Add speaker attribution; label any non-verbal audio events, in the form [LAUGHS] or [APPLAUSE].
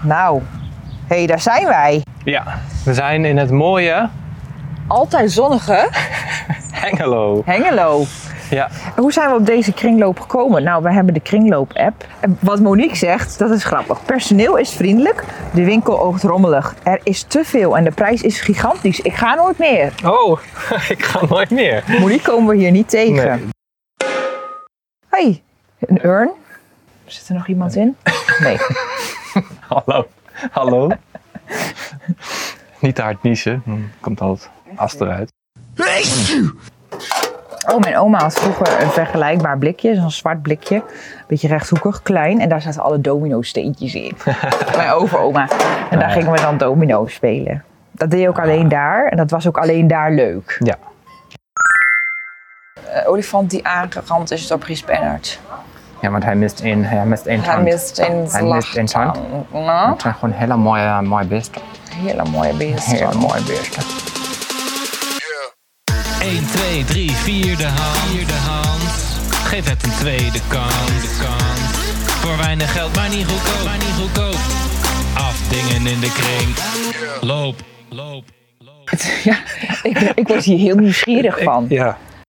Speaker 1: Nou, hé, hey, daar zijn wij.
Speaker 2: Ja, we zijn in het mooie
Speaker 1: Altijd zonnige
Speaker 2: Hengelo.
Speaker 1: Hengelo.
Speaker 2: Ja,
Speaker 1: Hoe zijn we op deze kringloop gekomen? Nou, we hebben de kringloop-app. En Wat Monique zegt, dat is grappig. Personeel is vriendelijk, de winkel oogt rommelig. Er is te veel en de prijs is gigantisch. Ik ga nooit meer.
Speaker 2: oh,
Speaker 3: [LAUGHS]
Speaker 2: ik ga nooit meer.
Speaker 1: Monique komen we hier niet tegen.
Speaker 2: Nee.
Speaker 1: Hey, een urn. Zit er nog iemand in? Nee.
Speaker 2: Hallo, hallo. Hm. Niet te hard niezen, dan komt al het as eruit.
Speaker 1: Oh, mijn oma had vroeger een vergelijkbaar blikje, zo'n zwart blikje. Een beetje rechthoekig, klein. En daar zaten alle domino-steentjes in. mijn overoma. En daar gingen we dan domino spelen. Dat deed je ook alleen daar. En dat was ook alleen daar leuk.
Speaker 2: Ja,
Speaker 1: Eh, olifant die aangerand is door Chris Bernard.
Speaker 3: Ja, want hij mist in, hij mist in
Speaker 1: Hij
Speaker 3: tand.
Speaker 1: mist een
Speaker 3: Hij mist in tand.
Speaker 1: slachtang. Nou,
Speaker 3: Het zijn gewoon hele mooie, mooie beesten.
Speaker 1: hele mooie beesten.
Speaker 3: Hele mooie beesten.
Speaker 4: 1, 2, 3, vierde hand. Vierde hand. Geef het een tweede kans. De kans. Voor weinig geld, maar niet goedkoop. Maar niet goedkoop. Afdingen in de kring. Loop, loop, loop.
Speaker 1: Ja, ik, ik word hier heel nieuwsgierig van.
Speaker 2: ja.